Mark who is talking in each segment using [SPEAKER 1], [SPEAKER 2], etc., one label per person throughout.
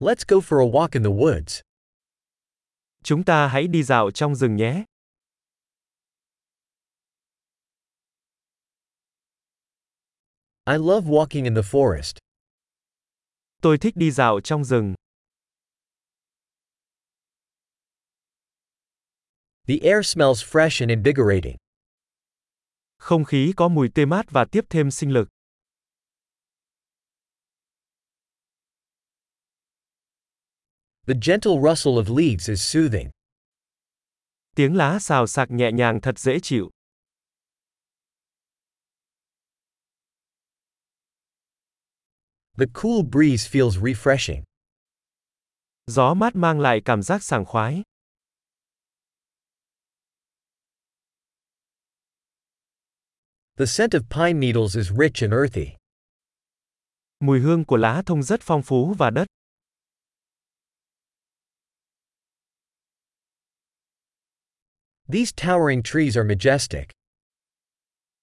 [SPEAKER 1] Let's go for a walk in the woods.
[SPEAKER 2] Chúng ta hãy đi dạo trong rừng nhé.
[SPEAKER 1] I love walking in the forest.
[SPEAKER 2] Tôi thích đi dạo trong rừng.
[SPEAKER 1] The air smells fresh and invigorating.
[SPEAKER 2] Không khí có mùi tươi mát và tiếp thêm sinh lực.
[SPEAKER 1] The gentle rustle of leaves is soothing.
[SPEAKER 2] Tiếng lá xào xạc nhẹ nhàng thật dễ chịu.
[SPEAKER 1] The cool breeze feels refreshing.
[SPEAKER 2] Gió mát mang lại cảm giác sảng khoái.
[SPEAKER 1] The scent of pine needles is rich and earthy.
[SPEAKER 2] Mùi hương của lá thông rất phong phú và đất.
[SPEAKER 1] These towering trees are majestic.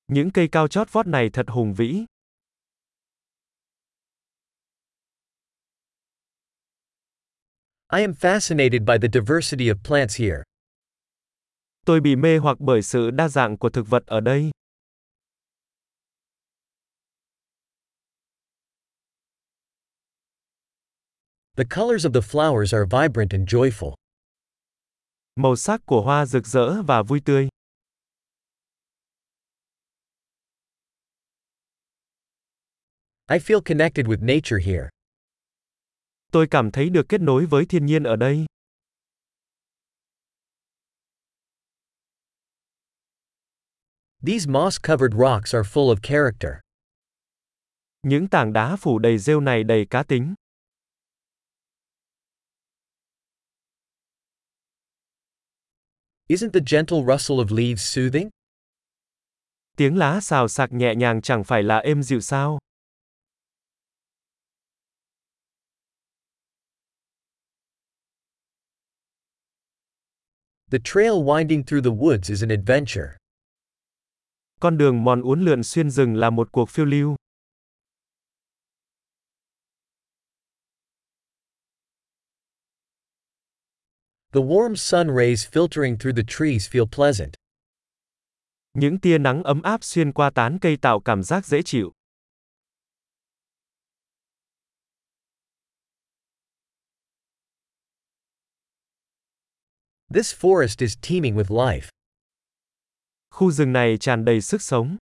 [SPEAKER 2] Những cây cao chót vót này thật hùng vĩ.
[SPEAKER 1] I am fascinated by the diversity of plants here.
[SPEAKER 2] Tôi bị mê hoặc bởi sự đa dạng của thực vật ở đây.
[SPEAKER 1] The colors of the flowers are vibrant and joyful.
[SPEAKER 2] Màu sắc của hoa rực rỡ và vui tươi.
[SPEAKER 1] I feel connected with nature here.
[SPEAKER 2] Tôi cảm thấy được kết nối với thiên nhiên ở đây.
[SPEAKER 1] These moss-covered rocks are full of character.
[SPEAKER 2] Những tảng đá phủ đầy rêu này đầy cá tính.
[SPEAKER 1] Isn't the gentle rustle of leaves soothing?
[SPEAKER 2] Tiếng lá xào xạc nhẹ nhàng chẳng phải là êm dịu sao?
[SPEAKER 1] The trail winding through the woods is an adventure.
[SPEAKER 2] Con đường mòn uốn lượn xuyên rừng là một cuộc phiêu lưu.
[SPEAKER 1] The warm sun rays filtering through the trees feel pleasant.
[SPEAKER 2] Những tia nắng ấm áp xuyên qua tán cây tạo cảm giác dễ chịu.
[SPEAKER 1] This forest is teeming with life.
[SPEAKER 2] Khu rừng này tràn đầy sức sống.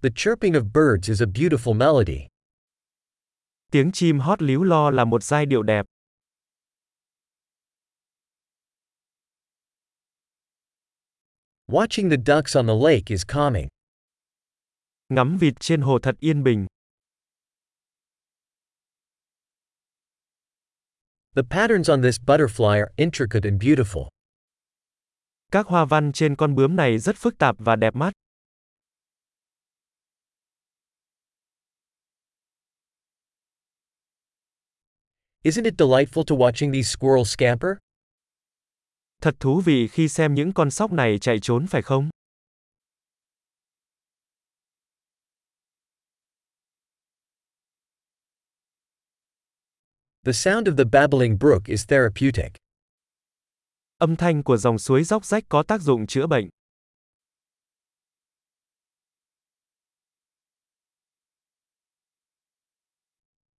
[SPEAKER 1] The chirping of birds is a beautiful melody.
[SPEAKER 2] Tiếng chim hót líu lo là một giai điệu đẹp.
[SPEAKER 1] Watching the ducks on the lake is calming.
[SPEAKER 2] Ngắm vịt trên hồ thật yên bình.
[SPEAKER 1] The patterns on this butterfly are intricate and beautiful.
[SPEAKER 2] Các hoa văn trên con bướm này rất phức tạp và đẹp mắt.
[SPEAKER 1] Isn't it delightful to watching these squirrels scamper?
[SPEAKER 2] Thật thú vị khi xem những con sóc này chạy trốn phải không?
[SPEAKER 1] The sound of the babbling brook is therapeutic.
[SPEAKER 2] Âm thanh của dòng suối róc rách có tác dụng chữa bệnh.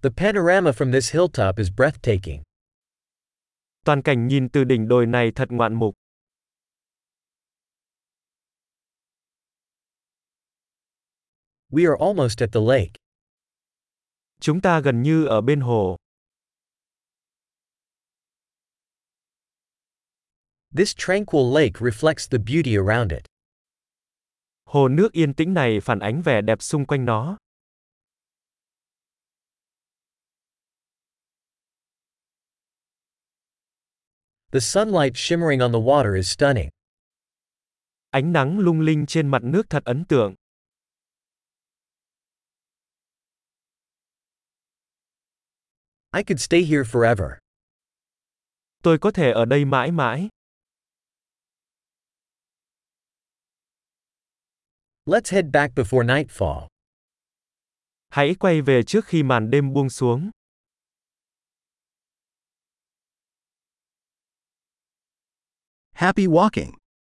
[SPEAKER 1] The panorama from this hilltop is breathtaking.
[SPEAKER 2] Toàn cảnh nhìn từ đỉnh đồi này thật ngoạn mục.
[SPEAKER 1] We are almost at the lake.
[SPEAKER 2] Chúng ta gần như ở bên hồ.
[SPEAKER 1] This tranquil lake reflects the beauty around it.
[SPEAKER 2] Hồ nước yên tĩnh này phản ánh vẻ đẹp xung quanh nó.
[SPEAKER 1] The sunlight shimmering on the water is stunning.
[SPEAKER 2] Ánh nắng lung linh trên mặt nước thật ấn tượng.
[SPEAKER 1] I could stay here forever.
[SPEAKER 2] Tôi có thể ở đây mãi mãi.
[SPEAKER 1] Let's head back before nightfall.
[SPEAKER 2] Hãy quay về trước khi màn đêm buông xuống.
[SPEAKER 1] Happy walking!